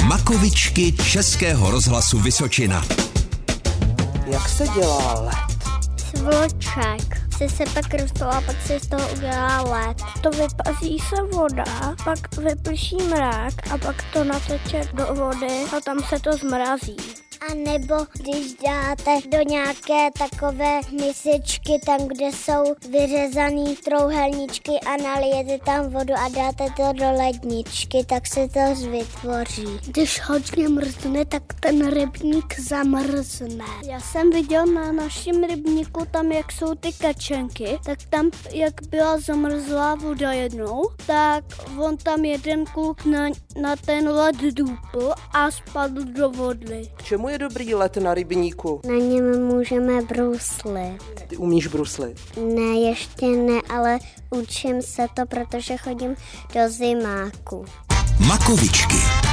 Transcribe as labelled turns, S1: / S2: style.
S1: Šokovičky Českého rozhlasu Vysočina.
S2: Jak se dělá led?
S3: Vlček se se pak rostou a pak se z toho udělá led. To vypazí se voda, pak vyprší mrak a pak to nateče do vody a tam se to zmrazí.
S4: A nebo když dáte do nějaké takové misičky, tam, kde jsou vyřezané trouhelníčky a nalijete tam vodu a dáte to do ledničky, tak se to vytvoří.
S3: Když hodně mrzne, tak ten rybník zamrzne. Já jsem viděl na našem rybníku tam, jak jsou ty kačenky, tak tam, jak byla zamrzlá voda jednou, tak on tam jeden kluk na, na ten led dupl a spadl do vody.
S2: K čemu je dobrý led na rybníku?
S4: Na něm můžeme bruslit.
S2: Ty umíš bruslit.
S4: Ne, ještě ne, ale učím se to, protože chodím do zimáku.
S1: Makovičky.